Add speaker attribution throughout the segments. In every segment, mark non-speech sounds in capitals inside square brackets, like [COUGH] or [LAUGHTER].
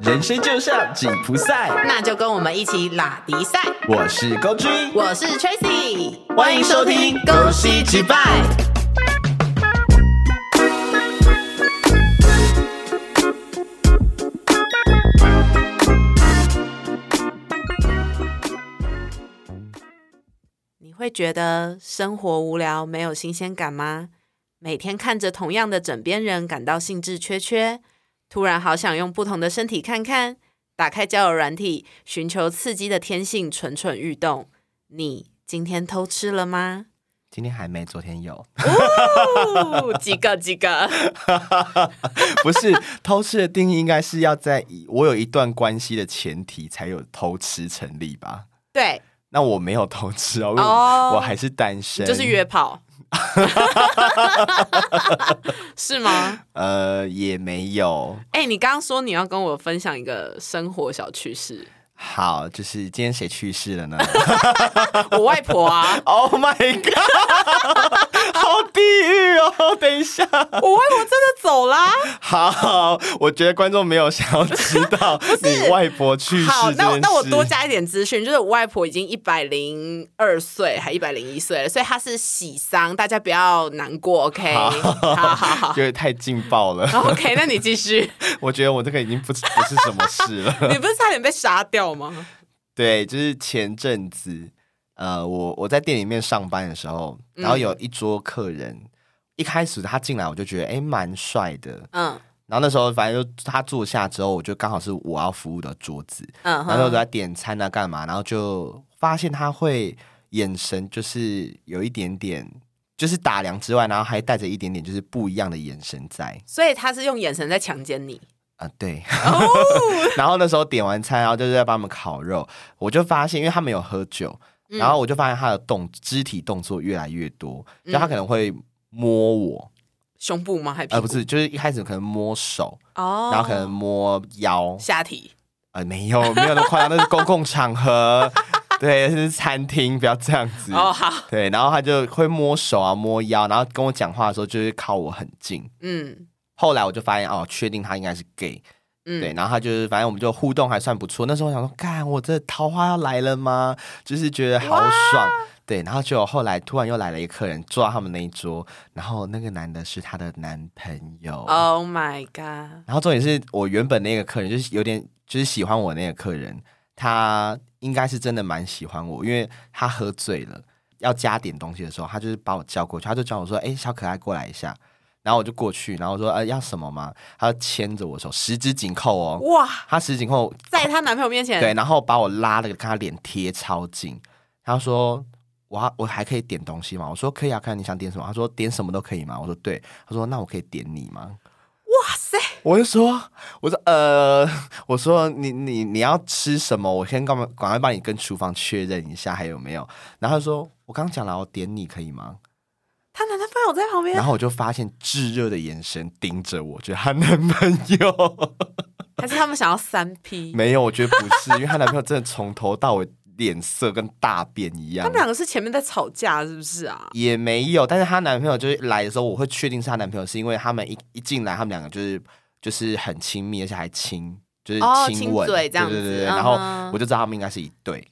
Speaker 1: 人生就像紧箍赛。
Speaker 2: 那就跟我们一起拉迪赛。
Speaker 1: 我是高君，
Speaker 2: 我是 Tracy，
Speaker 1: 欢迎收听《
Speaker 2: 恭
Speaker 1: 恭
Speaker 2: 喜
Speaker 1: 喜击
Speaker 2: 击
Speaker 1: 败
Speaker 2: 败》。》。你会觉得生活无聊、没有新鲜感吗？每天看着同样的枕边人，感到兴致缺缺，突然好想用不同的身体看看。打开交友软体，寻求刺激的天性蠢蠢欲动。你今天偷吃了吗？
Speaker 1: 今天还没，昨天有， [LAUGHS]
Speaker 2: 哦，几 [LAUGHS] 个几个，
Speaker 1: 不是偷吃的定义应该是要在以我有一段关系的前提才有偷吃成立吧？
Speaker 2: 对，
Speaker 1: 那我没有偷吃哦，因为我
Speaker 2: 哦
Speaker 1: 我还是单身，
Speaker 2: 就是约
Speaker 1: [LAUGHS]
Speaker 2: 炮，是吗？
Speaker 1: 呃也没有。
Speaker 2: 哎、你刚刚说你要跟我分享一个生活小趣事，
Speaker 1: 好，就是今天谁去世了
Speaker 2: [LAUGHS]
Speaker 1: 呢
Speaker 2: 我外婆
Speaker 1: [LAUGHS]
Speaker 2: 啊，
Speaker 1: ？Oh my god！好地狱哦！等一下，
Speaker 2: 我外婆真的走啦。
Speaker 1: 好，我觉得观众没有想要知
Speaker 2: [LAUGHS]
Speaker 1: 道你外婆去世
Speaker 2: 好，
Speaker 1: 这
Speaker 2: 那我
Speaker 1: 件
Speaker 2: 那我
Speaker 1: 事
Speaker 2: 多加一点资讯，就是我外婆已经一百零二岁，还一百零一岁了，所以她是喜丧，大家不要难过，OK？好好好
Speaker 1: 觉得太劲爆了。 [LAUGHS]
Speaker 2: o k 那你继续。
Speaker 1: 我觉得我这个已经不是不是什么事了。 [LAUGHS]
Speaker 2: 你不是差点被杀掉吗？
Speaker 1: 对，就是前阵子，呃，我我在店里面上班的时候，
Speaker 2: 嗯
Speaker 1: 然后有一桌客人，一开始他进来我就觉得哎蛮帅的，
Speaker 2: 嗯
Speaker 1: 然后那时候反正就他坐下之后，我就刚好是我要服务的桌子，
Speaker 2: 嗯
Speaker 1: 然后我
Speaker 2: 哼，
Speaker 1: 在点餐啊干嘛，然后就发现他会眼神就是有一点点。就是打量之外，然后还带着一点点就是不一样的眼神在
Speaker 2: 所以他是用眼神在强奸你。
Speaker 1: 啊、对，
Speaker 2: 哦，
Speaker 1: [LAUGHS] 然后那时候点完餐，然后就是在帮他们烤肉，我就发现，因为他们有喝酒，
Speaker 2: 嗯
Speaker 1: 然后我就发现他的动肢体动作越来越多，就
Speaker 2: 嗯
Speaker 1: 他可能会摸我，
Speaker 2: 胸部吗？还屁
Speaker 1: 呃，
Speaker 2: 股
Speaker 1: 不是，就是一开始可能摸手，
Speaker 2: 哦，
Speaker 1: 然后可能摸腰，
Speaker 2: 下体。
Speaker 1: 呃，没有没有那么夸张， [LAUGHS] 那是公共场合，对，是餐厅，不要这样子。
Speaker 2: 哦，好，
Speaker 1: 对，然后他就会摸手啊，摸腰，然后跟我讲话的时候就是靠我很近。
Speaker 2: 嗯
Speaker 1: 后来我就发现哦，确定他应该是 gay，
Speaker 2: 嗯，
Speaker 1: 对，然后他就是，反正我们就互动还算不错。那时候我想说，干，我这桃花要来了吗？就是觉得好爽。对，然后结果后来突然又来了一个客人，坐到他们那一桌，然后那个男的是她的男朋友。
Speaker 2: Oh my god！
Speaker 1: 然后重点是我原本那个客人就是有点就是喜欢我那个客人，他应该是真的蛮喜欢我，因为他喝醉了要加点东西的时候，他就是把我叫过去，他就叫我说：“哎、小可爱，过来一下。”然后我就过去，然后我说：“呃，要什么吗？”他就牵着我手，十指紧扣哦。
Speaker 2: 哇，
Speaker 1: 他十指紧扣，
Speaker 2: 在她男朋友面前，
Speaker 1: 对，然后把我拉了，跟他脸贴超近。他说：“我要我还可以点东西吗？”我说：“可以啊，看你想点什么。”他说：“点什么都可以吗？”我说：“对。”他说：“那我可以点你吗
Speaker 2: 哇塞，？”
Speaker 1: 我就说：“我说呃， [LAUGHS] 我说你你你要吃什么？我先干嘛？赶快帮你跟厨房确认一下还有没有。”然后他说：“我刚讲了，我点你可以吗
Speaker 2: 她男朋友在旁？”边
Speaker 1: 然，后我就发现炙热的眼神盯着我，觉得她男朋友
Speaker 2: 还是他们想要三 P？
Speaker 1: 没有，我觉得不是，因为她男朋友真的从头到尾脸色跟大便一样
Speaker 2: 他。们两个是前面在吵架，是不是啊？
Speaker 1: 也没有，但是她男朋友就是来的时候，我会确定是她男朋友，是因为他们一一进来，他们两个就是就是很亲密，而且还亲，就是
Speaker 2: 哦
Speaker 1: 亲吻、
Speaker 2: 亲嘴这样子
Speaker 1: 对对对对
Speaker 2: 嗯哼
Speaker 1: 然后我就知道他们应该是一对，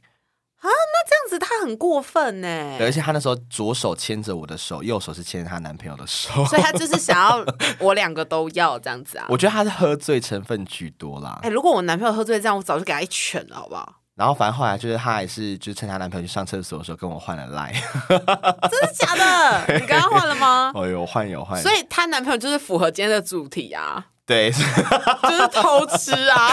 Speaker 2: 这样子他很过分呢、
Speaker 1: [LAUGHS] 对而且她那时候左手牵着我的手，右手是牵着她男朋友的手。 [LAUGHS]
Speaker 2: 所以他就是想要我两个都要这样子啊。
Speaker 1: 我觉得她是喝醉成分居多啦
Speaker 2: 哎、，如果我男朋友喝醉这样，我早就给他一拳了，好不好？
Speaker 1: 然后反正后来就是她还是就是趁她男朋友去上厕所的时候跟我换了
Speaker 2: [LAUGHS]
Speaker 1: 赖，
Speaker 2: 真的假的？你刚刚换了吗？
Speaker 1: 哦有换有 [LAUGHS] 换，
Speaker 2: 所以她男朋友就是符合今天的主题啊，
Speaker 1: 对
Speaker 2: 就是偷吃啊。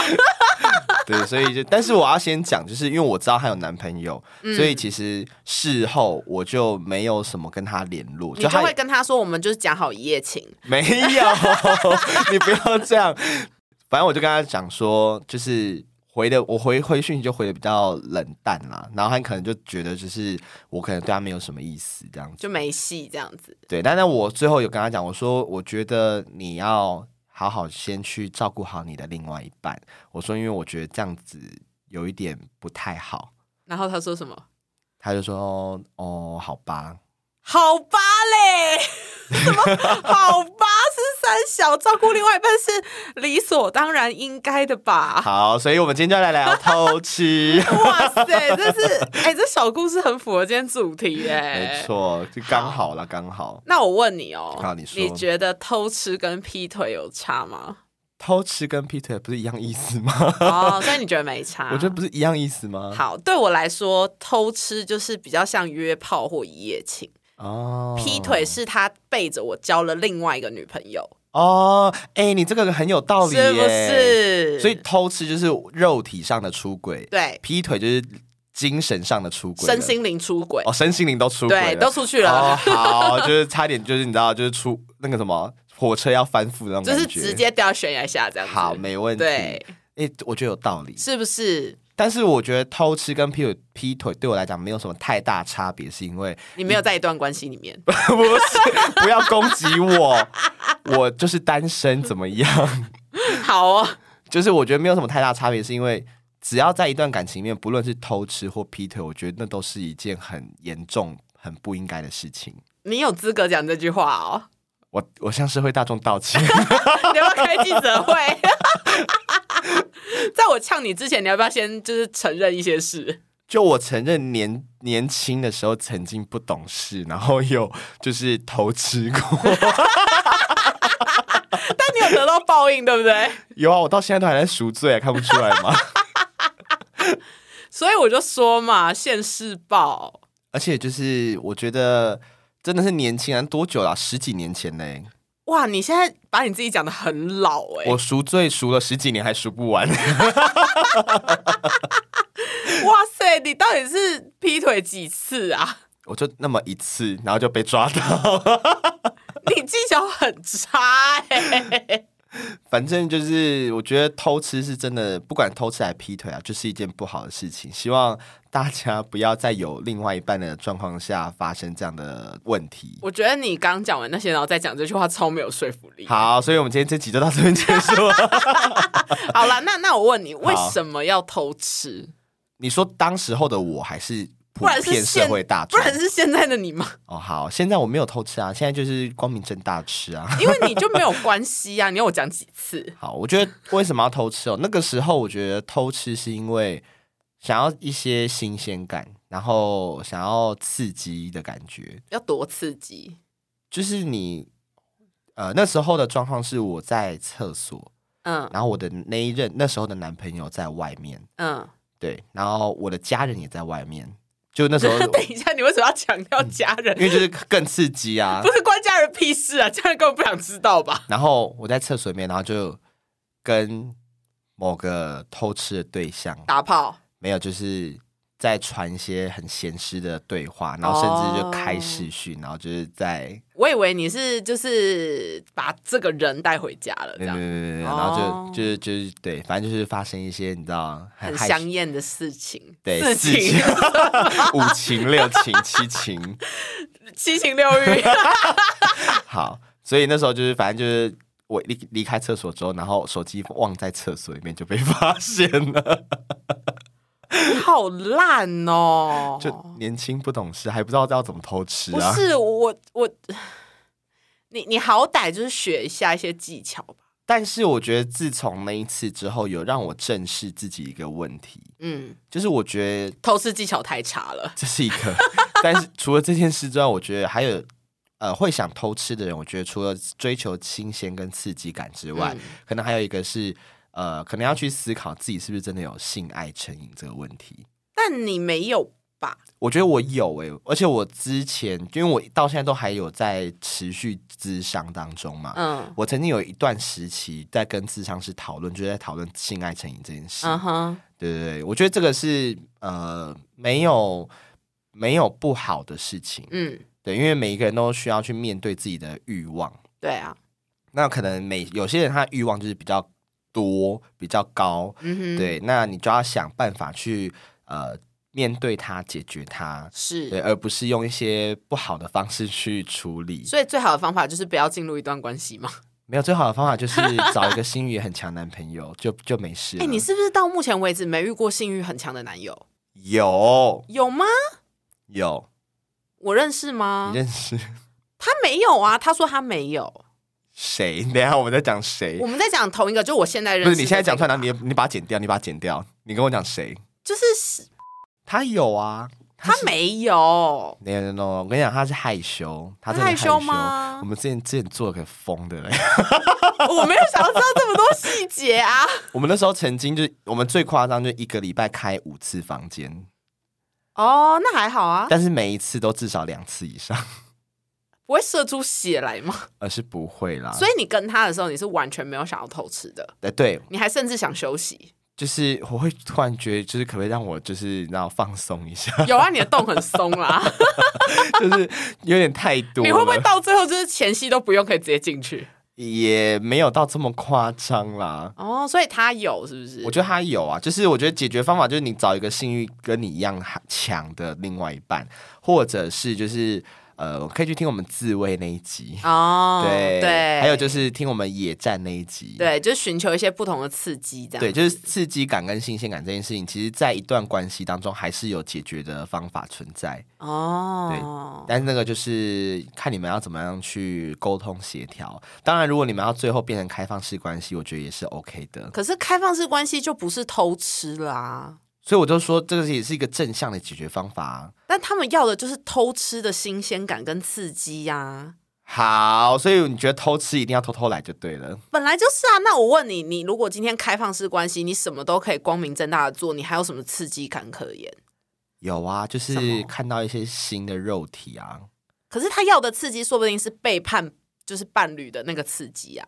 Speaker 1: 对，所以就，但是我要先讲，就是因为我知道她有男朋友，所
Speaker 2: 嗯
Speaker 1: 以其实事后我就没有什么跟她联络，
Speaker 2: 你就
Speaker 1: 她
Speaker 2: 会跟他说，我们就是讲好一夜情。
Speaker 1: 没有，你不要这样。反正我就跟她讲说，就是回的我回回讯息就回的比较冷淡啦，然后她可能就觉得就是我可能对她没有什么意思这样子。
Speaker 2: 就没戏这样子。
Speaker 1: 对，但是我最后有跟他讲，我说我觉得你要好好先去照顾好你的另外一半。我说，因为我觉得这样子有一点不太好。
Speaker 2: 然后他说什么？
Speaker 1: 哦
Speaker 2: 啊
Speaker 1: 他就说：“哦，好吧。
Speaker 2: 好吧嘞，” [LAUGHS] 好吧，是三小照顾另外一半是理所当然应该的吧？
Speaker 1: 好，所以我们今天就来聊偷吃，
Speaker 2: 哇塞，这是哎、这小故事很符合今天主题 [LAUGHS] 哎、
Speaker 1: 没。错，就刚好啦，刚好
Speaker 2: 那我问你哦，
Speaker 1: 好你说
Speaker 2: 觉得偷吃跟劈腿有差吗？
Speaker 1: 偷吃跟劈腿不是一样意思吗？
Speaker 2: 哦，所以你觉得没差？
Speaker 1: [LAUGHS] 我觉得不是一样意思吗？
Speaker 2: 好，对我来说，偷吃就是比较像约炮或一夜情，
Speaker 1: 哦，
Speaker 2: 劈腿是他背着我交了另外一个女朋友，
Speaker 1: 哦，哎、你这个很有道理耶，
Speaker 2: 是不？是？
Speaker 1: 所以偷吃就是肉体上的出轨，
Speaker 2: 对，
Speaker 1: 劈腿就是精神上的出轨了，
Speaker 2: 身心灵出轨，
Speaker 1: 哦，身心灵都出轨了，
Speaker 2: 对，都出去了，
Speaker 1: 哦，好，就是差点就是你知道，就是出那个什么火车要翻覆的那种
Speaker 2: 就
Speaker 1: 感
Speaker 2: 是
Speaker 1: 觉，
Speaker 2: 直接掉悬崖下这样子。
Speaker 1: 好，没问题。
Speaker 2: 对，
Speaker 1: 哎、我觉得有道理，
Speaker 2: 是不是？
Speaker 1: 但是我觉得偷吃跟劈腿劈腿对我来讲没有什么太大差别，是因为 [LAUGHS]
Speaker 2: 你没有在一段关系里面，
Speaker 1: 不是不要攻击我，我就是单身怎么样？ [LAUGHS] 嗯
Speaker 2: [LAUGHS] 好哦，
Speaker 1: 就是我觉得没有什么太大差别，是因为只要在一段感情里面，不论是偷吃或劈腿，我觉得那都是一件很严重、很不应该的事情。
Speaker 2: 你有资格讲这句话哦， [LAUGHS]
Speaker 1: 我我向社会大众道歉。 [LAUGHS]
Speaker 2: 你要不要开记者会？ [LAUGHS] 在我呛你之前，你要不要先就是承认一些事？
Speaker 1: 就我承认年年轻的时候曾经不懂事，然后有就是偷吃过。 [LAUGHS]
Speaker 2: 但你有得到报应，对不对？
Speaker 1: 有啊，我到现在都还在赎罪，啊看不出来吗？
Speaker 2: 所以我就说嘛，现世报。
Speaker 1: 而且就是我觉得真的是年轻人多久了、十几年前嘞、
Speaker 2: 哇，你现在把你自己讲的很老哎、
Speaker 1: 我赎罪赎了十几年还赎不完。 [LAUGHS]
Speaker 2: 哇塞，你到底是劈腿几次啊？
Speaker 1: 我就那么一次，然后就被抓到。 [LAUGHS]
Speaker 2: 你技巧很差哎、
Speaker 1: 反正就是，我觉得偷吃是真的，不管偷吃还劈腿啊，就是一件不好的事情。希望大家不要在有另外一半的状况下发生这样的问题。
Speaker 2: 我觉得你刚讲完那些，然后再讲这句话，超没有说服力。
Speaker 1: 好，所以我们今天这集就到这边结束了。 [LAUGHS]
Speaker 2: 好啦，那那我问你，为什么要偷吃？
Speaker 1: 你说当时候的我还是普
Speaker 2: 不然是
Speaker 1: 遍
Speaker 2: 现
Speaker 1: 社会大
Speaker 2: 不
Speaker 1: 众？
Speaker 2: 然是现在的你吗？
Speaker 1: 哦，好，现在我没有偷吃啊，现在就是光明正大吃啊。
Speaker 2: 因为你就没有关系啊！你要我讲几次？
Speaker 1: 好，我觉得为什么要偷吃哦？那 [LAUGHS] 个时候我觉得偷吃是因为想要一些新鲜感，然后想要刺激的感觉，
Speaker 2: [LAUGHS] 要多刺激？
Speaker 1: 就是你。呃，那时候的状况是我在厕所，
Speaker 2: 嗯
Speaker 1: 然后我的那一任那时候的男朋友在外面，
Speaker 2: 嗯。
Speaker 1: 对，然后我的家人也在外面，就那时
Speaker 2: [LAUGHS]
Speaker 1: 候
Speaker 2: 等一下，你为什么要强调家人？ [LAUGHS]
Speaker 1: 因为就是更刺激啊
Speaker 2: 不。是关家人屁事啊！家人根本不想知道吧？
Speaker 1: 然后我在厕所里面，然后就跟某个偷吃的对象，
Speaker 2: 打炮，
Speaker 1: 没有，就是在传一些很闲湿的对话，然后甚至就
Speaker 2: 哦
Speaker 1: 开视讯，然后就是在
Speaker 2: 我以为你是就是把这个人带回家了，这
Speaker 1: 对对对
Speaker 2: 样
Speaker 1: 对对，然
Speaker 2: 哦
Speaker 1: 后就就是就是对，反正就是发生一些你知道
Speaker 2: 很
Speaker 1: 害
Speaker 2: 香艳的事情，
Speaker 1: 对
Speaker 2: 事
Speaker 1: 四
Speaker 2: 情
Speaker 1: 情 [LAUGHS] 五情六情七情，
Speaker 2: 七情六 [LAUGHS] 欲，
Speaker 1: 好，所以那时候就是反正就是。我离离开厕所之后，然后手机忘在厕所里面就被发现了。
Speaker 2: 好烂哦！
Speaker 1: 就年轻不懂事，还不知道要怎么偷吃
Speaker 2: 不
Speaker 1: 啊！
Speaker 2: 是我我，你你好歹就是学一下一些技巧吧。
Speaker 1: 但是我觉得自从那一次之后，有让我正视自己一个问题，
Speaker 2: 嗯，
Speaker 1: 就是我觉得
Speaker 2: 偷吃技巧太差了。
Speaker 1: 这是一个。但
Speaker 2: [LAUGHS]
Speaker 1: 是除了这件事之外，我觉得还有呃会想偷吃的人，我觉得除了追求新鲜跟刺激感之外，
Speaker 2: 嗯
Speaker 1: 可能还有一个是呃，可能要去思考自己是不是真的有性爱成瘾这个问题。
Speaker 2: 但你没有吧？
Speaker 1: 我觉得我有诶、而且我之前因为我到现在都还有在持续咨商当中嘛，
Speaker 2: 嗯
Speaker 1: 我曾经有一段时期在跟智商师讨论，就是在讨论性爱成瘾这件事。
Speaker 2: 嗯哼，
Speaker 1: 对对对，我觉得这个是呃没有没有不好的事情，
Speaker 2: 嗯，
Speaker 1: 对，因为每一个人都需要去面对自己的欲望。
Speaker 2: 对啊，
Speaker 1: 那可能每有些人他的欲望就是比较多、比较高，
Speaker 2: 嗯哼，，
Speaker 1: 对，那你就要想办法去呃面对它、解决它，对，
Speaker 2: 是。
Speaker 1: 而不是用一些不好的方式去处理。
Speaker 2: 所以最好的方法就是不要进入一段关系嘛。
Speaker 1: 没有最好的方法就是找一个性欲很强男朋友，就就没事
Speaker 2: 哎、
Speaker 1: 了。
Speaker 2: 你是不是到目前为止没遇过性欲很强的男友？
Speaker 1: 有
Speaker 2: 有吗？
Speaker 1: 有
Speaker 2: 我认识吗啊
Speaker 1: 你？认识？
Speaker 2: 他没有啊，他说他没有。
Speaker 1: 谁？ [LAUGHS] 等一下我们在讲谁
Speaker 2: 我？们在讲同一个，就我现在认
Speaker 1: 不
Speaker 2: 识
Speaker 1: 是
Speaker 2: 的这个吧。
Speaker 1: 你现在讲出来，然后你你把它剪掉，你把它剪掉，你跟我讲谁？
Speaker 2: 就是
Speaker 1: 他有啊，
Speaker 2: 他
Speaker 1: 是。
Speaker 2: 没有， [LAUGHS]
Speaker 1: no no no！我跟你讲，他是害羞，他真的
Speaker 2: 害
Speaker 1: 很羞
Speaker 2: 吗
Speaker 1: 我？们之前之前做了个疯的嘞，
Speaker 2: 我没有想要知道这么多细节啊！
Speaker 1: [LAUGHS] 我们那时候曾经就我们最夸张，就一个礼拜开五次房间，
Speaker 2: 哦，那还好啊，
Speaker 1: 但是每一次都至少两次以上，
Speaker 2: 不会射出血来吗？
Speaker 1: 而是不会啦。
Speaker 2: 所以你跟他的时候，你是完全没有想要偷吃的，
Speaker 1: 呃，对，
Speaker 2: 你还甚至想
Speaker 1: [LAUGHS]
Speaker 2: 休息。
Speaker 1: 就是我会突然觉得，就是可不可以让我就是然后放松一下， [LAUGHS]
Speaker 2: 有啊，你的洞很松啦，
Speaker 1: 就是有点太多了，
Speaker 2: 你会不会到最后就是前戏都不用，可以直接进去？
Speaker 1: 也没有到这么夸张啦？
Speaker 2: 哦，所以他有是不是？
Speaker 1: 我觉得他有啊，就是我觉得解决方法就是你找一个性欲跟你一样强的另外一半，或者是就是呃，可以去听我们自慰那一集，
Speaker 2: 哦，
Speaker 1: 对
Speaker 2: 对，
Speaker 1: 还有就是听我们野战那一集，
Speaker 2: 对，就是寻求一些不同的刺激，这样
Speaker 1: 对，就是刺激感跟新鲜感这件事情，其实在一段关系当中还是有解决的方法存在，
Speaker 2: 哦，
Speaker 1: 但是那个就是看你们要怎么样去沟通协调。当然，如果你们要最后变成开放式关系，我觉得也是 OK 的。
Speaker 2: 可是开放式关系就不是偷吃啦、
Speaker 1: 所以我就说，这个也是一个正向的解决方法啊。
Speaker 2: 但他们要的就是偷吃的新鲜感跟刺激呀、
Speaker 1: 好，所以你觉得偷吃一定要偷偷来就对了。
Speaker 2: 本来就是啊。那我问你，你如果今天开放式关系，你什么都可以光明正大的做，你还有什么刺激感可言？
Speaker 1: 有啊，就
Speaker 2: 什
Speaker 1: 是
Speaker 2: 么
Speaker 1: 看到一些新的肉体啊，
Speaker 2: 可是他要的刺激，说不定是背叛，就是伴侣的那个刺激啊。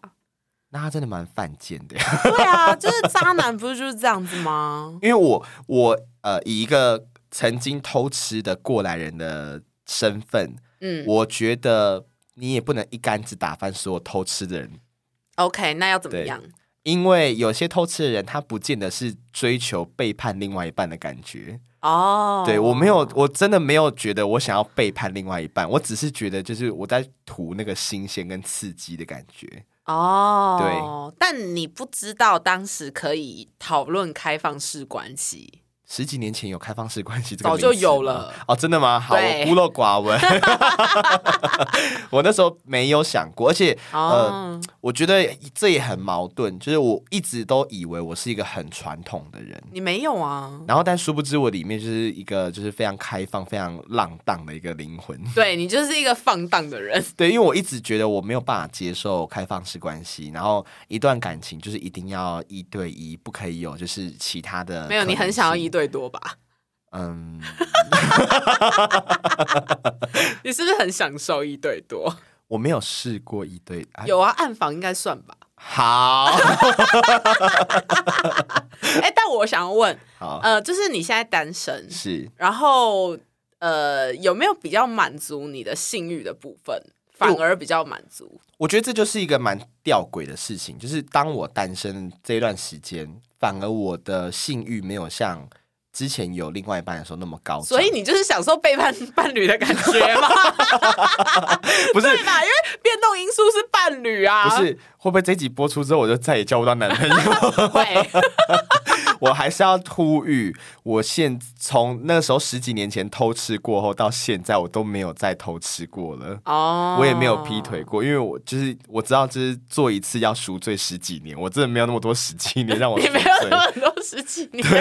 Speaker 1: 那他真的蛮犯贱的。
Speaker 2: [LAUGHS]
Speaker 1: [LAUGHS]
Speaker 2: 对啊，就是渣男不是就是这样子吗？
Speaker 1: 因为我我呃，以一个曾经偷吃的过来人的身份，
Speaker 2: 嗯
Speaker 1: 我觉得你也不能一竿子打翻所有偷吃的人，
Speaker 2: [LAUGHS] ，OK，那要怎么
Speaker 1: 对
Speaker 2: 样？
Speaker 1: 因为有些偷吃的人，他不见得是追求背叛另外一半的感觉。
Speaker 2: 哦，
Speaker 1: 对我没有，我真的没有觉得我想要背叛另外一半，我只是觉得就是我在图那个新鲜跟刺激的感觉。
Speaker 2: 哦，对，但你不知道当时可以讨论开放式关系，
Speaker 1: 十几年前有开放式关系这个
Speaker 2: 早就
Speaker 1: 名词吗
Speaker 2: 有了
Speaker 1: 哦，真的吗？好，我
Speaker 2: 对
Speaker 1: 孤陋寡
Speaker 2: [LAUGHS]
Speaker 1: 闻， [LAUGHS] 我那时候没有想过，而且呃
Speaker 2: 哦，
Speaker 1: 我觉得这也很矛盾，就是我一直都以为我是一个很传统的人，
Speaker 2: 你没有啊？
Speaker 1: 然后但殊不知我里面就是一个就是非常开放、非常浪荡的一个灵魂。
Speaker 2: 对你就是一个放荡
Speaker 1: [LAUGHS]
Speaker 2: 的人，
Speaker 1: 对，因为我一直觉得我没有办法接受开放式关系，然后一段感情就是一定要一对一，不可以有就是其他的。
Speaker 2: 没有你很想要一，对多吧？
Speaker 1: 嗯，
Speaker 2: 你是不是很享受一对多？
Speaker 1: 我没有试过一对，啊、
Speaker 2: 有啊，暗房应该算
Speaker 1: [LAUGHS]
Speaker 2: 吧。
Speaker 1: 好
Speaker 2: 哎、但我想问，
Speaker 1: 好
Speaker 2: 呃，就是你现在单身，
Speaker 1: 是。
Speaker 2: 然后呃，有没有比较满足你的性欲的部分，反而比较满足？
Speaker 1: 我觉得这就是一个蛮吊诡的事情，就是当我单身这段时间，反而我的性欲没有像之前有另外一半的时候那么高涨。
Speaker 2: 所以你就是享受背叛 [LAUGHS] 伴侣的感觉吗？
Speaker 1: [LAUGHS] 不是
Speaker 2: 对吧？因为变动因素是伴侣啊，
Speaker 1: 不是会不会这一集播出之后我就再也交不到男朋友？
Speaker 2: 会
Speaker 1: 我还是要呼吁，我现从那时候十几年前偷吃过后到现在，我都没有再偷吃过了。
Speaker 2: 哦
Speaker 1: [LAUGHS] 我也没有劈腿，过，因为我就是我知道，就是做一次要赎罪十几年，我真的没有那么多十几年让我
Speaker 2: 哦 [LAUGHS] 你
Speaker 1: 赎
Speaker 2: 没有
Speaker 1: 罪
Speaker 2: 那。么多十几年， [LAUGHS] 所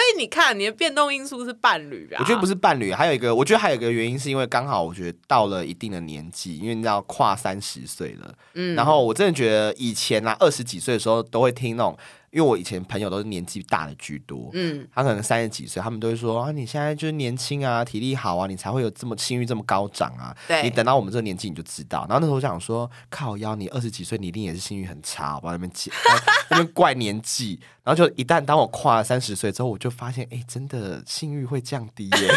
Speaker 2: 以你看你的变动因素是伴侣啊，
Speaker 1: 我觉得不
Speaker 2: 是
Speaker 1: 是伴侣，还有一个，我觉得还有一个原因是因为刚好我觉得到了一定的年纪，因为你知道跨三十岁了，嗯，然后我真的觉得以前啊二十几岁的时候都会听那种，因为我以前朋友都是年纪大的居多，
Speaker 2: 嗯。
Speaker 1: 他可能三十几岁，他们都会说啊，你现在就是年轻啊，体力好啊，你才会有这么性欲这么高涨啊。
Speaker 2: 对
Speaker 1: 你等到我们这个年纪你就知道。然后那时候我想说，靠腰，你二十几岁，你一定也是性欲很差，我不要在那边解那边怪年纪。然后就一旦当我跨了三十岁之后，我就发现，哎，真的性欲会降低
Speaker 2: [LAUGHS]
Speaker 1: 耶。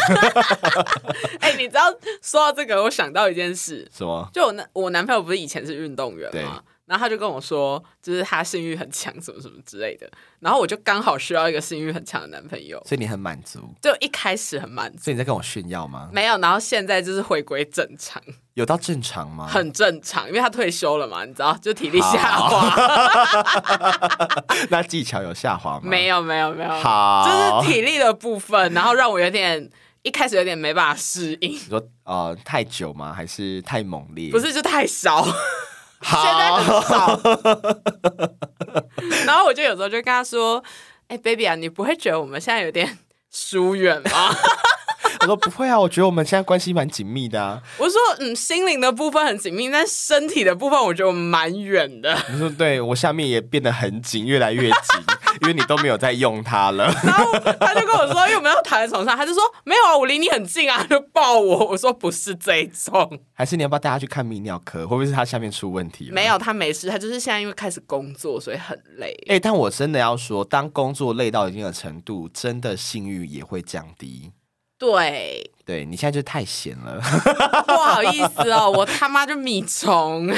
Speaker 2: 哎、你知道说到这个，我想到一件事，
Speaker 1: 什么？
Speaker 2: 就我男我男朋友不是以前是运动员
Speaker 1: 对
Speaker 2: 嘛，然后他就跟我说，就是他性欲很强，什么什么之类的。然后我就刚好需要一个性欲很强的男朋友，
Speaker 1: 所以你很满足？
Speaker 2: 就一开始很满足，
Speaker 1: 所以你在跟我炫耀吗？
Speaker 2: 没有，然后现在就是回归正常，
Speaker 1: 有到正常吗？
Speaker 2: 很正常，因为他退休了嘛，你知道，就体力下滑，
Speaker 1: 那技巧有下滑吗？
Speaker 2: 没有没有没有，
Speaker 1: 好
Speaker 2: 就是体力的部分，然后让我有点一开始有点没办法适应，
Speaker 1: 你说呃太久吗？还是太猛烈？
Speaker 2: 不，是就太少，
Speaker 1: [LAUGHS] 好，
Speaker 2: 现在很少。然后我就有时候就跟他说：“哎、b a b y 啊，你不会觉得我们现在有点疏远吗 [LAUGHS]
Speaker 1: 我说不会啊，我觉得我们现在关系蛮紧密的啊。？”
Speaker 2: 我说：“嗯，心灵的部分很紧密，但身体的部分我觉得我们蛮远的。 [LAUGHS]
Speaker 1: 你说对我下面也变得很紧，越来越紧，因为你都没有在用它了。” [LAUGHS]
Speaker 2: 然后他就跟我说：“因为我们要躺在床上。”他就说：“没有啊，我离你很近啊。”就抱我。我说：“不是这一种，
Speaker 1: [LAUGHS] 还是你要不要带他去看泌尿科？会不会是他下面出问题了？
Speaker 2: 没有，他没事，他就是现在因为开始工作，所以很累。
Speaker 1: 哎、但我真的要说，当工作累到一定的程度，真的性欲也会降低。
Speaker 2: 对，
Speaker 1: 对你现在就太闲了， [LAUGHS]
Speaker 2: 不好意思哦，我他妈就米虫。”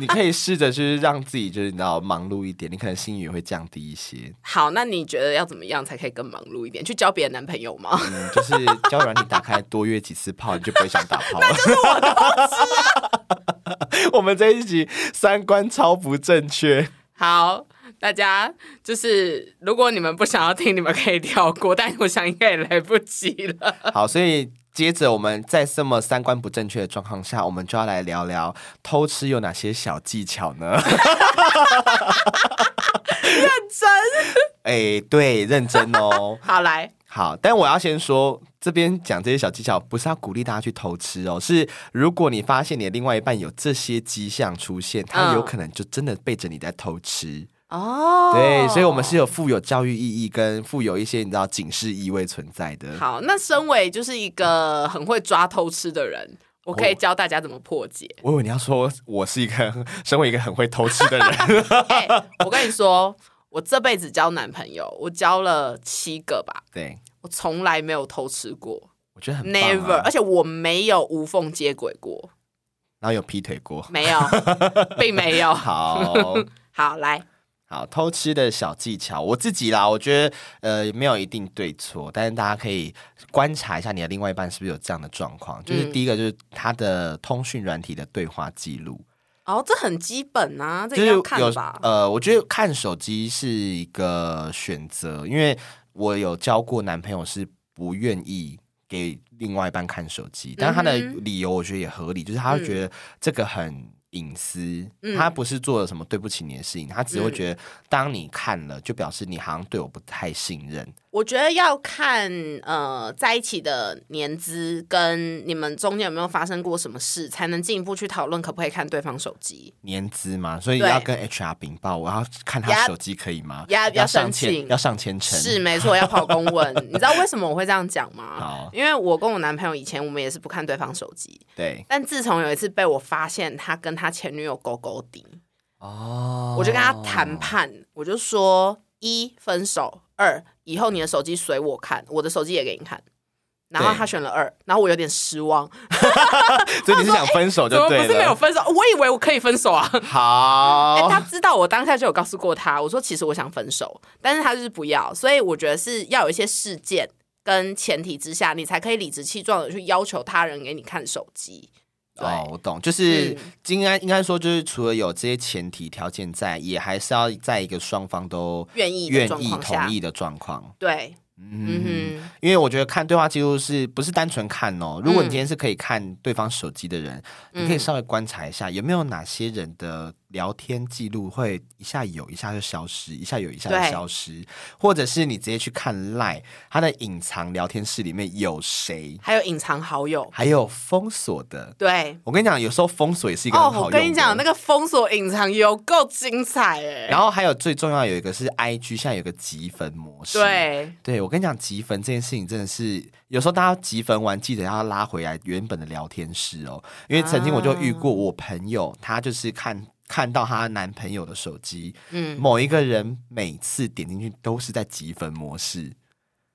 Speaker 1: 你可以试着就是让自己就是你知道忙碌一点，你可能性欲也会降低一些。
Speaker 2: 好，那你觉得要怎么样才可以更忙碌一点？去交别的男朋友吗？ [LAUGHS]
Speaker 1: 嗯，就是交友软体打开多约几次炮，你就不会想打炮了。
Speaker 2: 啊
Speaker 1: [LAUGHS] 我们这一集三观超不正确。
Speaker 2: 好，大家就是如果你们不想要听，你们可以跳过，但我想应该也来不及了。
Speaker 1: [LAUGHS] 好，所以接着我们在这么三观不正确的状况下，我们就要来聊聊偷吃有哪些小技巧呢？ [LAUGHS]
Speaker 2: 真
Speaker 1: 哎、对，认真哦。
Speaker 2: 好来，
Speaker 1: 好，但我要先说，这边讲这些小技巧，不是要鼓励大家去偷吃哦，是如果你发现你的另外一半有这些迹象出现，他
Speaker 2: 嗯
Speaker 1: 有可能就真的背着你在偷吃。
Speaker 2: 哦
Speaker 1: 对，所以我们是有富有教育意义跟富有一些你知道警示意味存在的。
Speaker 2: 好。那身为就是一个很会抓偷吃的人，我
Speaker 1: 哦
Speaker 2: 可以教大家怎么破解。
Speaker 1: 我以为你要说我是一个身为一个很会偷吃的人，
Speaker 2: 哎、我跟你说，我这辈子交男朋友，我交了七个吧，
Speaker 1: [LAUGHS] 对
Speaker 2: 我从来没有偷吃过、
Speaker 1: 我觉得很
Speaker 2: n
Speaker 1: 棒、啊、
Speaker 2: e v e r 而且我没有无缝接轨过。
Speaker 1: 然后有劈腿过。
Speaker 2: 没有，并没有。
Speaker 1: [LAUGHS] 好
Speaker 2: 好，来，
Speaker 1: 好，偷吃的小技巧，我自己啦，我觉得呃没有一定对错，但是大家可以观察一下你的另外一半是不是有这样的状况。就是
Speaker 2: 嗯
Speaker 1: 第一个就是他的通讯软体的对话记录，
Speaker 2: 哦，这很基本啊，这
Speaker 1: 就
Speaker 2: 一
Speaker 1: 是
Speaker 2: 定要看
Speaker 1: 有
Speaker 2: 吧。
Speaker 1: 呃，我觉得看手机是一个选择，因为我有交过男朋友是不愿意。给另外一半看手机，但是他的
Speaker 2: 嗯
Speaker 1: 理由我觉得也合理，就是他会觉得这个很隐私，他不是做了什么对不起你的事情，他只会
Speaker 2: 嗯
Speaker 1: 觉得当你看了，就表示你好像对我不太信任。
Speaker 2: 我觉得要看呃在一起的年资跟你们中间有没有发生过什么事，才能进一步去讨论可不可以看对方手机。
Speaker 1: 年资嘛，所以
Speaker 2: 对
Speaker 1: 要跟 HR 禀报，我要看他
Speaker 2: Yup
Speaker 1: 手机可以吗？
Speaker 2: Yup，要
Speaker 1: 上
Speaker 2: 申
Speaker 1: 千，
Speaker 2: 请
Speaker 1: 要上千层。
Speaker 2: 是没错，要跑公
Speaker 1: [LAUGHS]
Speaker 2: 文。你知道为什么我会这样讲吗？
Speaker 1: 好，啊
Speaker 2: 因为我跟我男朋友以前我们也是不看对方手机，
Speaker 1: 对，
Speaker 2: 但自从有一次被我发现他跟他前女友勾勾底，
Speaker 1: 哦
Speaker 2: 我就跟他谈判，我就说一分手，二以后你的手机随我看，我的手机也给你看。然后
Speaker 1: 对
Speaker 2: 他选了二，然后我有点失望，
Speaker 1: 所以你是想分手
Speaker 2: 哎怎
Speaker 1: 就
Speaker 2: 么不
Speaker 1: 对了。
Speaker 2: 是没有分手？我以为我可以分手啊！哎、
Speaker 1: 好， [LAUGHS]
Speaker 2: 他知道我当下就有告诉过他，我说其实我想分手，但是他就是不要，所以我觉得是要有一些事件跟前提之下，你才可以理直气壮的去要求他人给你看手机。对，
Speaker 1: 哦，我懂，就是
Speaker 2: 嗯
Speaker 1: 应该应该说，就是除了有这些前提条件在，也还是要在一个双方都
Speaker 2: 愿意的
Speaker 1: 愿
Speaker 2: 状
Speaker 1: 意
Speaker 2: 况下
Speaker 1: 同，意的状况。
Speaker 2: 对，
Speaker 1: 嗯，
Speaker 2: 嗯哼，
Speaker 1: 因为我觉得看对话记录是不是单纯看哦？如果你今天是可以看对方手机的人，你可以
Speaker 2: 嗯
Speaker 1: 稍微观察一下，有没有哪些人的聊天记录会一下有，一下就消失，一下有，一下就
Speaker 2: 对
Speaker 1: 消失，或者是你直接去看赖他的隐藏聊天室里面有谁，
Speaker 2: 还有隐藏好友，
Speaker 1: 还有封锁的。
Speaker 2: 对，
Speaker 1: 我跟你讲，有时候封锁也是一个很好用
Speaker 2: 哦，我跟你讲，那
Speaker 1: 个。
Speaker 2: 个封锁隐藏有够精彩哎。
Speaker 1: 然后还有最重要有一个是 I G，现在有个积分模式。，
Speaker 2: 对，
Speaker 1: 对我跟你讲，积分这件事情真的是有时候大家积分完，记得要拉回来原本的聊天室哦。因为曾经我就遇过我朋友，她就是看看到她男朋友的手机，
Speaker 2: 嗯，
Speaker 1: 某一个人每次点进去都是在积分模式。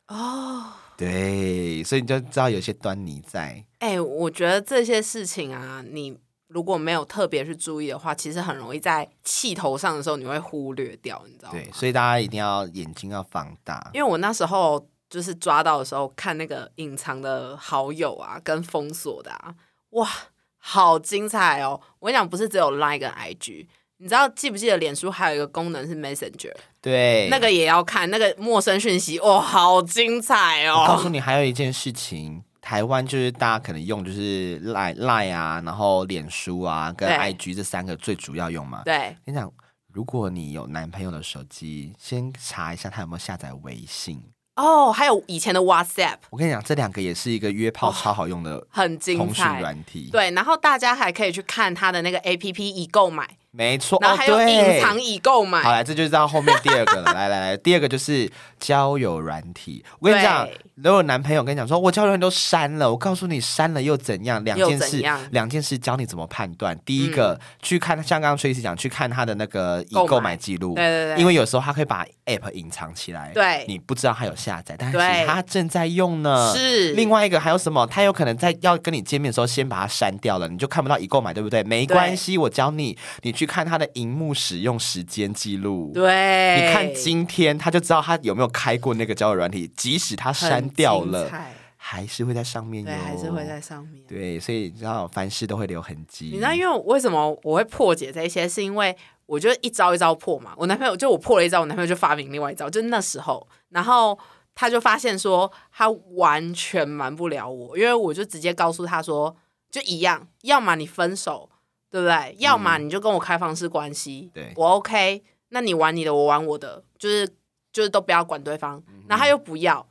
Speaker 2: 哦，
Speaker 1: 对，所以你就知道有一些端倪在。
Speaker 2: 哎、我觉得这些事情啊，你如果没有特别去注意的话，其实很容易在气头上的时候你会忽略掉，你知道吗？
Speaker 1: 对，所以大家一定要眼睛要放大。
Speaker 2: 哦因为我那时候就是抓到的时候，看那个隐藏的好友啊，跟封锁的啊，哇，好精彩哦！我跟你讲，不是只有 Line 跟 IG。你知道记不记得脸书还有一个功能是 Messenger，
Speaker 1: 对，
Speaker 2: 那个也要看那个陌生讯息，哦，好精彩
Speaker 1: 我告诉
Speaker 2: 哦！
Speaker 1: 你，还有一件事情，台湾就是大家可能用就是赖赖啊，然后脸书啊跟
Speaker 2: 对
Speaker 1: IG 这三个最主要用嘛。
Speaker 2: 对，
Speaker 1: 跟你讲，如果你有男朋友的手机，先查一下他有没有下载微信。
Speaker 2: 哦，还有以前的 WhatsApp
Speaker 1: 我跟你讲，这两个也是一个约炮超好用的
Speaker 2: 很精
Speaker 1: 通讯
Speaker 2: 彩，
Speaker 1: 软体。，
Speaker 2: 对，然后大家还可以去看它的那个 APP 已购买，
Speaker 1: 没错。
Speaker 2: 然后
Speaker 1: 哦，
Speaker 2: 还有
Speaker 1: 对。哎
Speaker 2: 隐藏已购买，
Speaker 1: 好来，这就是到后面第二个
Speaker 2: [LAUGHS]
Speaker 1: 了。来来来，第二个就是交友软体。我跟你讲
Speaker 2: 对，
Speaker 1: 如果男朋友跟你讲说，我交友软体都删了，我告诉你删了又怎样？两
Speaker 2: 又
Speaker 1: 件
Speaker 2: 怎
Speaker 1: 事
Speaker 2: 样，嗯
Speaker 1: 两件事教你怎么判断。第一个，去看像刚刚崔 r 讲，去看他的那个已购
Speaker 2: 购买
Speaker 1: 买记录。
Speaker 2: 对对对，
Speaker 1: 因
Speaker 2: 为
Speaker 1: 为有时候他可以把 App 隐藏起来，
Speaker 2: 对
Speaker 1: 你不知道他有下载，但是
Speaker 2: 对
Speaker 1: 他正在用呢。
Speaker 2: 是
Speaker 1: 另外一个还有什么？他有可能在要跟你见面的时候先把它删掉了，你就看不到已购买，对不对？没关系，我教你，你去看他的荧幕使用时间记录。
Speaker 2: 对，
Speaker 1: 你看今天他就知道他有没有开过那个交友软体，即使他
Speaker 2: 很
Speaker 1: 删掉
Speaker 2: 精
Speaker 1: 了，
Speaker 2: 彩
Speaker 1: 还是会在上面哟。
Speaker 2: 对，还是会在上面。
Speaker 1: 对，所以你知道凡事都会留痕迹。
Speaker 2: 你知道，因为我为什么我会破解这一些，是因为我就一招一招破嘛。我男朋友就我破了一招，我男朋友就发明另外一招，就是那时候，然后他就发现说他完全瞒不了我，因为我就直接告诉他说，就一样，要么你分手，对不对？要么你就跟我开放式关系，
Speaker 1: 对
Speaker 2: 我 OK，那你玩你的，我玩我的，就是就是都不要管对方。然后他又不要，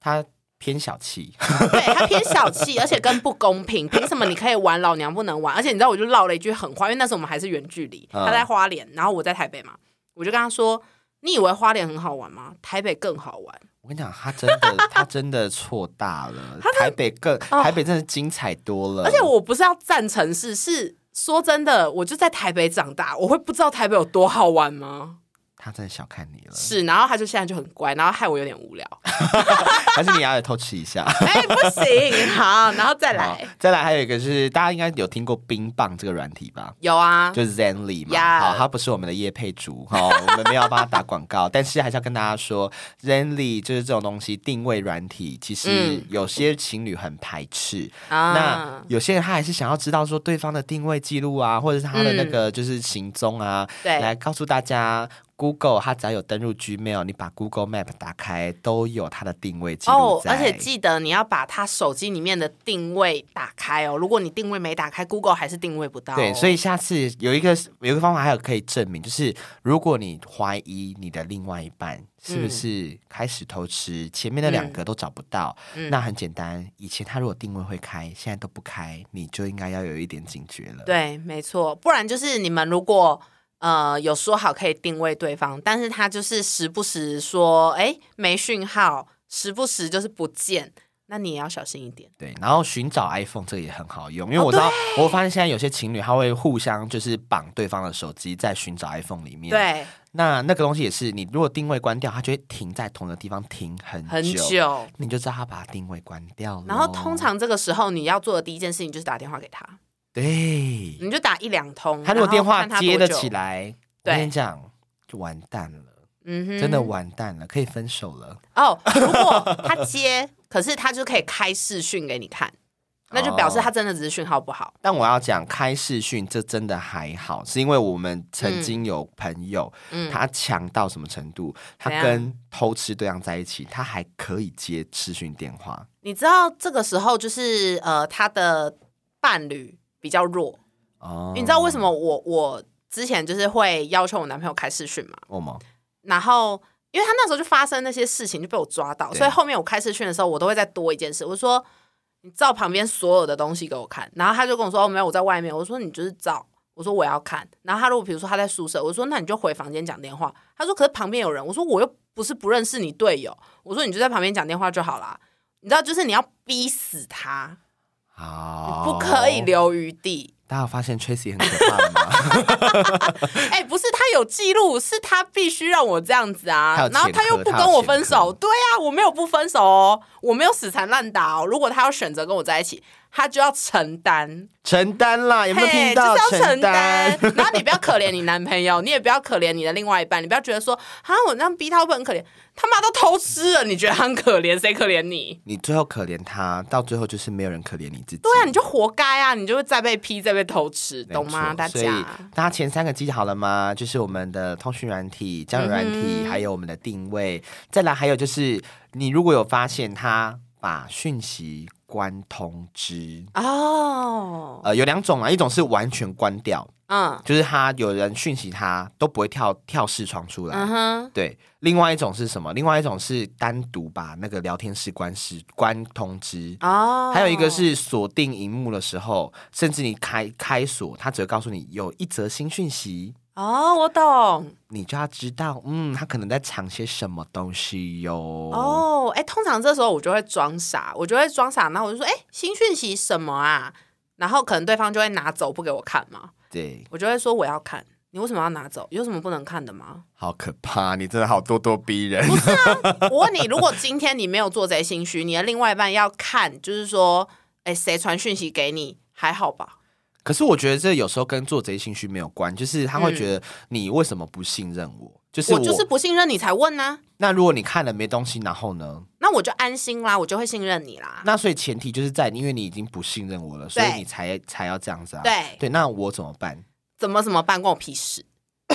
Speaker 1: 他偏小气，
Speaker 2: 对他偏小气， [LAUGHS] 而且更不公平。凭什么你可以玩，老娘不能玩？而且你知道，我就唠了一句狠话，因为那时候我们还是远距离，
Speaker 1: 嗯
Speaker 2: 他在花莲，然后我在台北嘛，我就跟他说：“你以为花莲很好玩吗？台北更好玩。
Speaker 1: 我跟你讲，他真的，他真的错大
Speaker 2: [LAUGHS]
Speaker 1: 了。台北更，
Speaker 2: 哦
Speaker 1: 台北真的精彩多了。
Speaker 2: 而且我不是要赞城市，是说真的，我就在台北长大，我会不知道台北有多好玩吗？
Speaker 1: 他真的小看你了，
Speaker 2: 是，然后他就现在就很乖，然后害我有点无聊。
Speaker 1: 还是你要来偷吃一下？
Speaker 2: 哎、不行，好，然 [LAUGHS] 后再
Speaker 1: 好
Speaker 2: 来，，
Speaker 1: [LAUGHS] 再来还有一个是大家应该有听过冰棒这个软体吧？
Speaker 2: 有啊，
Speaker 1: 就是 Zenly 嘛
Speaker 2: Yeah
Speaker 1: 好，它不是我们的业配主
Speaker 2: [LAUGHS]
Speaker 1: 哈、哦，我们没有帮他打广告，但是还是要跟大家说，Zenly 就是这种东西定位软体，其实
Speaker 2: 嗯
Speaker 1: 有些情侣很排斥，那
Speaker 2: 啊，
Speaker 1: 有些人他还是想要知道说对方的定位记录啊，或者是他的那个就是行踪啊，
Speaker 2: 对
Speaker 1: 来告诉大家。Google 它只要有登入 Gmail，你把 Google Map 打开，都有它的定位记录
Speaker 2: 哦，
Speaker 1: 在。
Speaker 2: 而且记得你要把他手机里面的定位打开哦。如果你定位没打开，Google 还是定位不到、哦
Speaker 1: 对，所
Speaker 2: 以
Speaker 1: 以下次有一个有一个方法，还有可以证明，就是如果你怀疑你的另外一半
Speaker 2: 嗯
Speaker 1: 是不是开始偷吃，前面那两个都找不到，
Speaker 2: 嗯
Speaker 1: 那很简单，以前他如果定位会开，现在都不开，你就应该要有一点警觉了。
Speaker 2: 对，没错。不然就是你们如果呃有说好可以定位对方，但是他就是时不时说哎没讯号，时不时就是不见，那你也要小心一点。
Speaker 1: 对，然后寻找 iPhone 这个也很好用，
Speaker 2: 哦
Speaker 1: 因为我知道，我发现现在有些情侣他会互相就是绑对方的手机在寻找 iPhone 里面。，
Speaker 2: 对，
Speaker 1: 那那个东西也是，你如果定位关掉，它就会停在同一个地方停很
Speaker 2: 很久。
Speaker 1: 你就知道他把定位关掉了。
Speaker 2: 然后通常这个时候你要做的第一件事情就是打电话给他，
Speaker 1: 对，
Speaker 2: 你就打一两通。
Speaker 1: 他如果电话接
Speaker 2: 得
Speaker 1: 得起，来，我
Speaker 2: 对
Speaker 1: 跟你讲就完蛋了，
Speaker 2: 嗯哼，
Speaker 1: 真的完蛋了，可以分手了。
Speaker 2: 哦，如果他接，可是他就可以开视讯给你看，那就表示他真的只是讯号不好。
Speaker 1: 但我要讲开视讯，这真的还好，是因为我们曾经有朋友，
Speaker 2: 嗯，
Speaker 1: 他强到什么程度？他
Speaker 2: 怎样
Speaker 1: 跟偷吃对象在一起，他还可以接视讯电话。
Speaker 2: 你知道这个时候就是呃，他的伴侣比较弱，
Speaker 1: 哦，
Speaker 2: 你知道为什
Speaker 1: 么？
Speaker 2: 么我我之前就是会要求我男朋友开视讯嘛，
Speaker 1: 我吗？
Speaker 2: 然后。因为他那时候就发生那些事情，就被我抓到，
Speaker 1: 对
Speaker 2: 所以后面我开视讯的时候，我都会再多一件事。我说：“你照旁边所有的东西给我看。”然后他就跟我说：“哦，没有，我在外面。”我说：“你就是照。”我说：“我要看。”然后他如果比如说他在宿舍，我说：“那你就回房间讲电话。”他说：“可是旁边有人。”我说：“我又不是不认识你队友。”我说：“你就在旁边讲电话就好啦。”你知道，就是你要逼死他，
Speaker 1: 啊、
Speaker 2: 不可以。留余地。
Speaker 1: 大家有发现 Tracy 很可怕吗？ [LAUGHS]
Speaker 2: [LAUGHS] 哎、不是他有记录，是他必须让我这样子啊
Speaker 1: 他有，前
Speaker 2: 然后他又
Speaker 1: 科
Speaker 2: 不
Speaker 1: 他
Speaker 2: 跟
Speaker 1: 有
Speaker 2: 我
Speaker 1: 前
Speaker 2: 分
Speaker 1: 科
Speaker 2: 手，对啊，我没有不分手哦，我没有死缠烂打哦。如果他要选择跟我在一起，他就要承担，
Speaker 1: 承担啦，有没有
Speaker 2: 嘿，
Speaker 1: 听
Speaker 2: 就
Speaker 1: 到？
Speaker 2: 是要承
Speaker 1: 担
Speaker 2: 担。。 [LAUGHS] 然后你不要可怜你男朋友，你也不要可怜你的另外一半，你不要觉得说啊，我这样逼他会不会很可怜？他妈都偷吃了，你觉得他很可怜？谁可怜你？
Speaker 1: 你最后可怜他，到最后就是没有人可怜你自己。
Speaker 2: 对啊，你就活该啊！你就会再被批，再被偷吃，
Speaker 1: 没错
Speaker 2: 懂吗？大
Speaker 1: 所以
Speaker 2: 家
Speaker 1: 大家前三个记好了吗？就是我们的通讯软体、交友软体，
Speaker 2: 嗯哼
Speaker 1: 还有我们的定位。再来，还有就是你如果有发现他把讯息关通知，
Speaker 2: 哦，
Speaker 1: 呃，有两种啊，一种是完全关掉，
Speaker 2: 嗯
Speaker 1: 就是他有人讯息他都不会跳跳视窗出来。
Speaker 2: 嗯哼，
Speaker 1: 对，另外一种是什么？另外一种是单独把那个聊天室关是关通知，
Speaker 2: 哦，
Speaker 1: 还有一个是锁定荧幕的时候，甚至你开开锁，它只会告诉你有一则新讯息，
Speaker 2: 哦，我懂
Speaker 1: 你就要知道，嗯，他可能在藏些什么东西哟。哦，
Speaker 2: 哦，哎、通常这时候我就会装傻，我就会装傻，然后我就说，哎、新讯息什么啊？然后可能对方就会拿走不给我看嘛，
Speaker 1: 对，
Speaker 2: 我就会说我要看，你为什么要拿走？有什么不能看的吗？
Speaker 1: 好可怕，你真的好咄咄逼人。
Speaker 2: 我问你，如果今天你没有做贼心虚，你的另外一半要看，就是说，哎、谁传讯息给你，还好吧？
Speaker 1: [LAUGHS] 可是我觉得这有时候跟做贼心虚没有关，就是他会觉得你为什么不信任我？就是
Speaker 2: 嗯我
Speaker 1: 我，
Speaker 2: 就是不信任你才问呢、
Speaker 1: 那如果你看了没东西，然后呢？
Speaker 2: 那我就安心啦，我就会信任你啦。
Speaker 1: 那所以前提就是在因为你已经不信任我了，所以
Speaker 2: 对
Speaker 1: 你才才要这样子啊。
Speaker 2: 对，
Speaker 1: 对，那我怎么办？
Speaker 2: 怎么怎么办，关我屁事。
Speaker 1: [LAUGHS]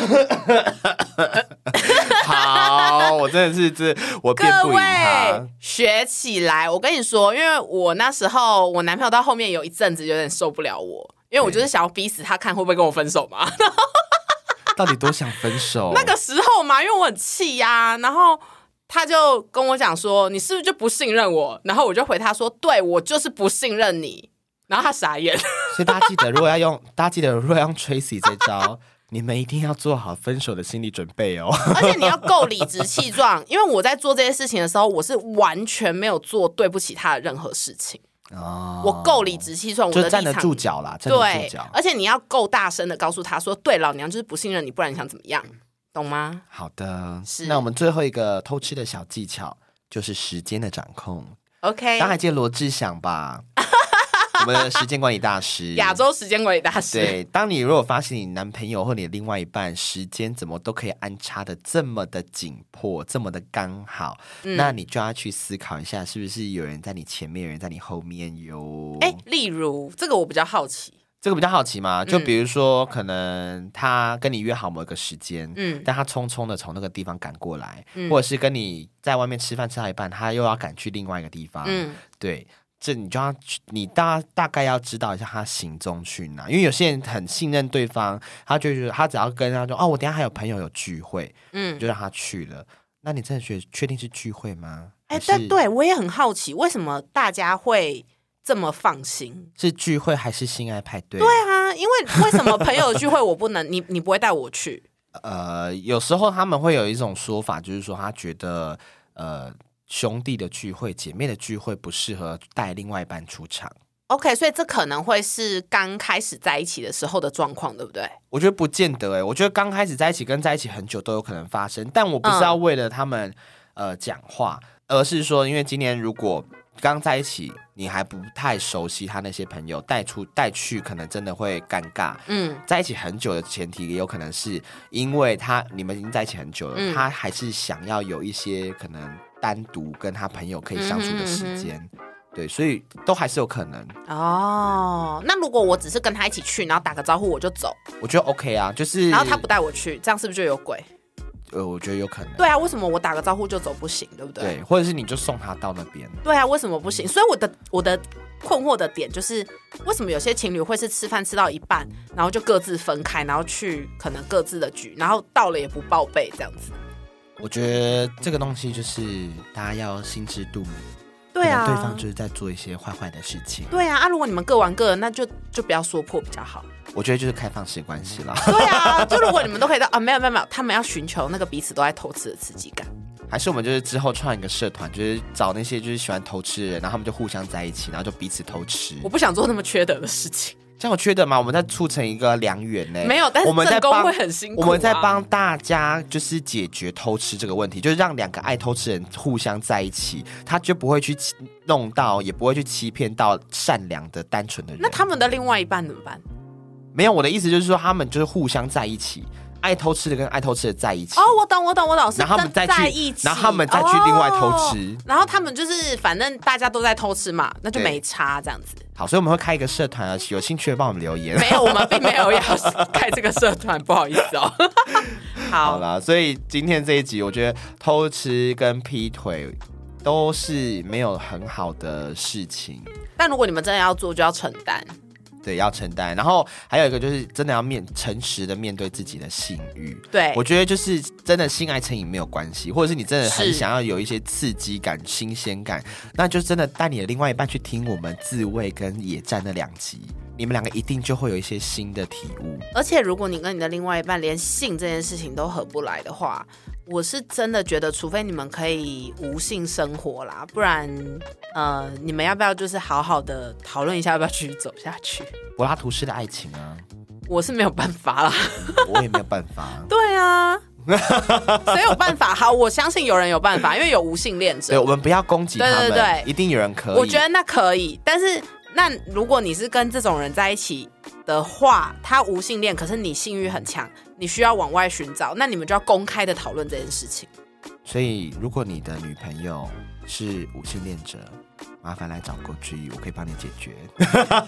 Speaker 1: 好，我真的是这我
Speaker 2: 各
Speaker 1: 辩不赢他
Speaker 2: 位。学起来，我跟你说，因为我那时候我男朋友到后面有一阵子有点受不了我，因为我就是想要逼死他看会不会跟我分手嘛。 [LAUGHS]
Speaker 1: 到底多想分手？
Speaker 2: 那个时候嘛，因为我很气呀、然后他就跟我讲说：“你是不是就不信任我？”然后我就回他说：“对我就是不信任你。”然后他
Speaker 1: [LAUGHS]
Speaker 2: 傻眼，
Speaker 1: 所以大家记得，如果要用， [LAUGHS] 大家记得，如果要用 Tracy 这招，你们一定要做好分手的心理准备哦。
Speaker 2: 而且你要够理直气壮，因为我在做这些事情的时候，我是完全没有做对不起他的任何事情，
Speaker 1: 哦
Speaker 2: 我够理，直气壮，我
Speaker 1: 就
Speaker 2: 的立
Speaker 1: 站得
Speaker 2: 场
Speaker 1: 住脚啦，站得
Speaker 2: 对
Speaker 1: 住脚，。
Speaker 2: 而且你要够大声的告诉他说：“对，老娘就是不信任你，不然你想怎么样？懂吗
Speaker 1: 好的，
Speaker 2: 是
Speaker 1: 那我们最后一个偷吃的小技巧就是时间的掌控。
Speaker 2: ？”OK，
Speaker 1: 大家还记得罗志祥
Speaker 2: [LAUGHS]
Speaker 1: 吧？我们的时间管理大师。
Speaker 2: 亚洲时间管理大师，
Speaker 1: 对，当你如果发现你男朋友或你的另外一半时间怎么都可以安插的这么的紧迫，这么的刚好，
Speaker 2: 嗯
Speaker 1: 那你就要去思考一下，是不是有人在你前面，有人在你后面哟？
Speaker 2: 哎、例如这个我比较好奇，
Speaker 1: 这个比较好奇
Speaker 2: 嗯
Speaker 1: 嘛？就比如说，可能他跟你约好某一个时间，
Speaker 2: 嗯
Speaker 1: 但他匆匆的从那个地方赶过来，或者是跟你在外面吃饭吃到一半，他又要赶去另外一个地方，
Speaker 2: 嗯，
Speaker 1: 对，这你就要去，你大大概要知道一下他行踪去哪，因为有些人很信任对方，他就觉得他只要跟他说哦，我等一下还有朋友有聚会，
Speaker 2: 嗯
Speaker 1: 就让他去了。那你真的确确定是聚会吗？
Speaker 2: 哎、
Speaker 1: 还
Speaker 2: 但
Speaker 1: 是
Speaker 2: 对我也很好奇，为什么大家会这么放心？
Speaker 1: 是聚会还是性爱派对？对
Speaker 2: 对啊，因为为什么朋友聚会我不能，你 [LAUGHS] 你不会带我去？
Speaker 1: 呃，有时候他们会有一种说法，就是说他觉得呃兄弟的聚会、姐妹的聚会不适合带另外一半出场。
Speaker 2: OK，所以这可能会是刚开始在一起的时候的状况，对不对？
Speaker 1: 我觉得不见得哎、我觉得刚开始在一起跟在一起很久都有可能发生，但我不是要为了他们、呃讲话，而是说，因为今年如果刚在一起，你还不太熟悉他那些朋友，带出带去可能真的会尴尬。
Speaker 2: 嗯
Speaker 1: 在一起很久的前提，也有可能是因为他你们已经在一起很久了，
Speaker 2: 嗯
Speaker 1: 他还是想要有一些可能单独跟他朋友可以相处的时间，
Speaker 2: 嗯
Speaker 1: 对，所以都还是有可能。
Speaker 2: 哦，那如果我只是跟他一起去，然后打个招呼我就走，
Speaker 1: 我觉得 OK 啊，就是
Speaker 2: 然后他不带我去，这样是不是就有鬼？
Speaker 1: 呃，我觉得有可能。
Speaker 2: 对啊，为什么我打个招呼就走不行，对不对？
Speaker 1: 对，或者是你就送他到那边。
Speaker 2: 对啊，为什么不行？所以我的我的困惑的点就是，为什么有些情侣会是吃饭吃到一半，然后就各自分开，然后去可能各自的局，然后到了也不报备这样子？
Speaker 1: 我觉得这个东西就是大家要心知肚明，
Speaker 2: 对啊，
Speaker 1: 可能对方就是在做一些坏坏的事情。
Speaker 2: 对啊啊！如果你们各玩各的，那就就不要说破比较好。
Speaker 1: 我觉得就是开放式关系啦， [LAUGHS]
Speaker 2: 对啊，就如果你们都可以到啊，没有没有没有，他们要寻求那个彼此都在偷吃的刺激感。
Speaker 1: 还是我们就是之后创一个社团，就是找那些就是喜欢偷吃的人，然后他们就互相在一起，然后就彼此偷吃
Speaker 2: 我。不想做那么缺德的事情。
Speaker 1: 这样有缺德吗？我们在促成一个良缘呢、
Speaker 2: 没有但是
Speaker 1: 我们在
Speaker 2: 正宫
Speaker 1: 帮
Speaker 2: 会很辛苦啊
Speaker 1: 我们在帮大家就是解决偷吃这个问题，就是让两个爱偷吃的人互相在一起，他就不会去欺弄到，也不会去欺骗到善良的单纯的人。
Speaker 2: 那他们的另外一半怎么办？
Speaker 1: 没有，我的意思就是说，他们就是互相在一起，爱偷吃的跟爱偷吃的在一起。
Speaker 2: 哦，我懂，我懂，我懂，是
Speaker 1: 然后他们
Speaker 2: 在
Speaker 1: 再去
Speaker 2: 一起，
Speaker 1: 然后他们再去另外偷吃
Speaker 2: 哦然后他们就是反正大家都在偷吃嘛，那就
Speaker 1: 对
Speaker 2: 没差这样子。
Speaker 1: 好，所以我们会开一个社团啊，有兴趣的帮我们留言。
Speaker 2: 没有，我们并没有要开这个社团，不好意思哦。
Speaker 1: [LAUGHS] [LAUGHS] 好
Speaker 2: 好，
Speaker 1: 啦，所以今天这一集，我觉得偷吃跟劈腿都是没有很好的事情，
Speaker 2: 但如果你们真的要做，就要承担。
Speaker 1: 对，要承担。然后还有一个就是真的要面诚实的面对自己的性欲。
Speaker 2: 对
Speaker 1: 我，觉得就是真的性爱成瘾没有关系，或者是你真的很
Speaker 2: 是
Speaker 1: 想要有一些刺激感、新鲜感，那就真的带你的另外一半去听我们自慰跟野战那两集，你们两个一定就会有一些新的体悟。
Speaker 2: 而且如果你跟你的另外一半连性这件事情都合不来的话，我是真的觉得，除非你们可以无性生活啦，不然，呃，你们要不要就是好好的讨论一下，要不要继续走下去？
Speaker 1: 柏拉图式的爱情啊，
Speaker 2: 我是没有办法啦。。
Speaker 1: 我也没有办法
Speaker 2: [LAUGHS] 对啊，谁有办法？好，我相信有人有办法，因为有无性恋
Speaker 1: 对，
Speaker 2: 者
Speaker 1: 我，们不要攻击他
Speaker 2: 对
Speaker 1: 们，
Speaker 2: 对对
Speaker 1: 一定有人可以。
Speaker 2: 我觉得那可以。但是，那如果你是跟这种人在一起的话，他无性恋，可是你性欲很强，你需要往外寻找，那你们就要公开的讨论这件事情。
Speaker 1: 所以如果你的女朋友是无性恋者，麻烦来找 Go G，我可以帮你解决。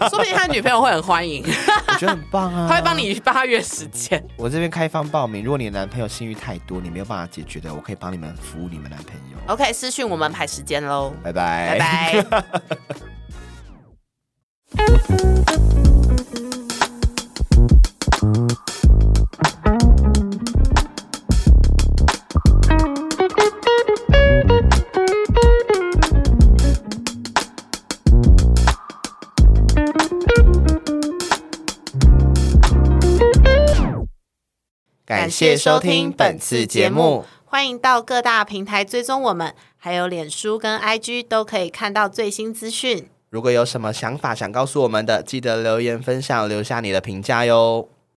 Speaker 2: 说不定他女朋友会很欢迎，
Speaker 1: 我觉得很棒啊，
Speaker 2: 他会帮。你八月时间。
Speaker 1: 我这边开放报名，如果你的男朋友性欲太多，你没有办法解决的，我可以帮你们服务你们男朋友。
Speaker 2: OK，私讯我们排时间喽，
Speaker 1: 拜
Speaker 2: 拜
Speaker 1: 拜。
Speaker 2: 拜。
Speaker 1: 感谢收听本次节目，，
Speaker 2: 欢迎到各大平台追踪我们，还有脸书跟 IG 都可以看到最新资讯。
Speaker 1: 如果有什么想法想告诉我们的，记得留言分享，留下你的评价哟。